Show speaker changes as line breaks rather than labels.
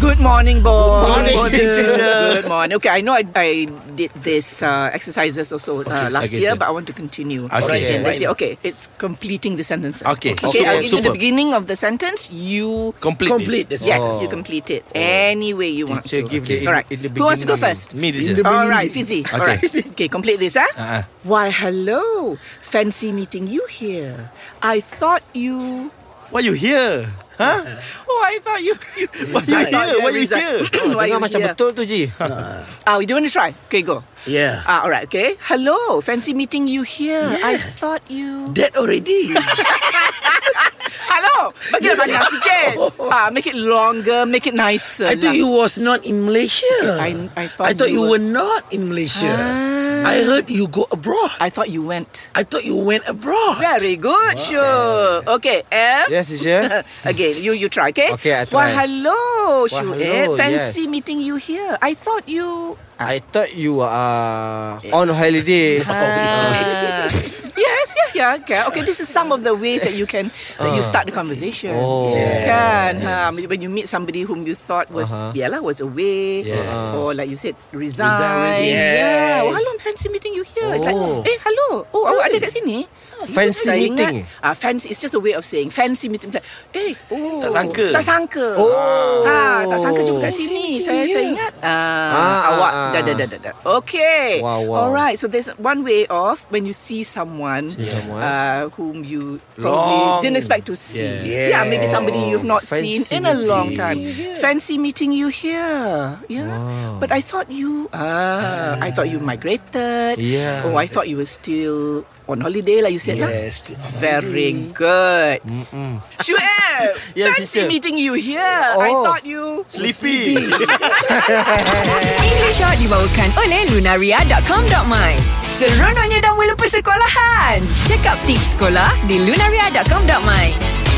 Good morning, boys.
Good morning, teacher.
Good morning. Okay, I know I, I did this uh, exercises also uh, last
okay, teacher.
year, but I want to continue.
Okay. Alright,
Again,
yeah.
this year. Okay, it's completing the sentences.
Okay.
Okay,
Oh, super,
I'll give you the
super.
beginning of the sentence. You
Complete.
Complete the
yes,
Oh.
you complete it any way you want
Teacher,
to.
give the-
All right.
in the
Who wants to go
beginning.
first?
Me, teacher.
In the-
All right, Fizzy. All
Okay.
right. Okay, complete this, huh?
Uh-uh.
Why, hello. Fancy meeting you here. I thought you.
Why you here? Huh?
Oh, I thought you. you
Why you
I thought
here? Why you
resigned.
here?
Why you
Dengar macam
here?
betul tu Ji
Ah, we do want to try. Okay, go.
Yeah
Ah, all right, okay. Hello, fancy meeting you here. I thought you.
Dead already
Hello, bagi banyak sikit. Ah, make it longer, make it nicer.
I thought
lah.
you was not in Malaysia
I- I thought
I thought
you
you
were- Ah.
were not in Malaysia I heard you go abroad
I thought you went.
I thought you went abroad
Very good, sure. Okay, M.
Yes, teacher.
Again, you you try, okay?
Okay, I
Why,
try.
hello, Shu
hello,
Fancy
yes.
meeting you here. I thought you.
I thought you are on holiday.
Ah. yes, yeah, yeah. Okay. okay, this is some of the ways that you can that you start the conversation.
Oh.
Kan? Ha, when you meet somebody whom you thought was yeah lah was away or like you said resign.
Yes.
Yeah. Well, hello, I'm fancy meeting you here. It's like, eh, hello. Oh, awak ada kat sini?
Fancy
Saya
meeting.
ingat, Ah, fancy it's just a way of saying fancy meeting. Like, eh, oh,
Tak sangka.
Tak sangka. Oh. Ha, tak sangka jumpa kat sini. Saya saya ingat ah,
Ah,
awak
ah,
dah
ah.
dah dah dah, dah. Okay.
Wow, wow.
All right. So there's one way of when you see someone,
someone.
Uh, whom you probably
Long.
didn't expect to see.
Yeah.
Yeah, maybe somebody you've not
Fancy
seen in a long
meeting
time. Fancy meeting you here. Yeah. But I thought you ah, I thought you migrated.
Yeah.
Oh, I thought you were still on holiday like you said lah.
Yes
Very good. Shu'eb,
Yes,
fancy
teacher.
meeting you here. I
Oh.
thought you...
Sleepy.
English Hot dibawakan oleh Lunaria.com.my Seronoknya dah mula persekolahan. Check up tips sekolah di Lunaria.com.my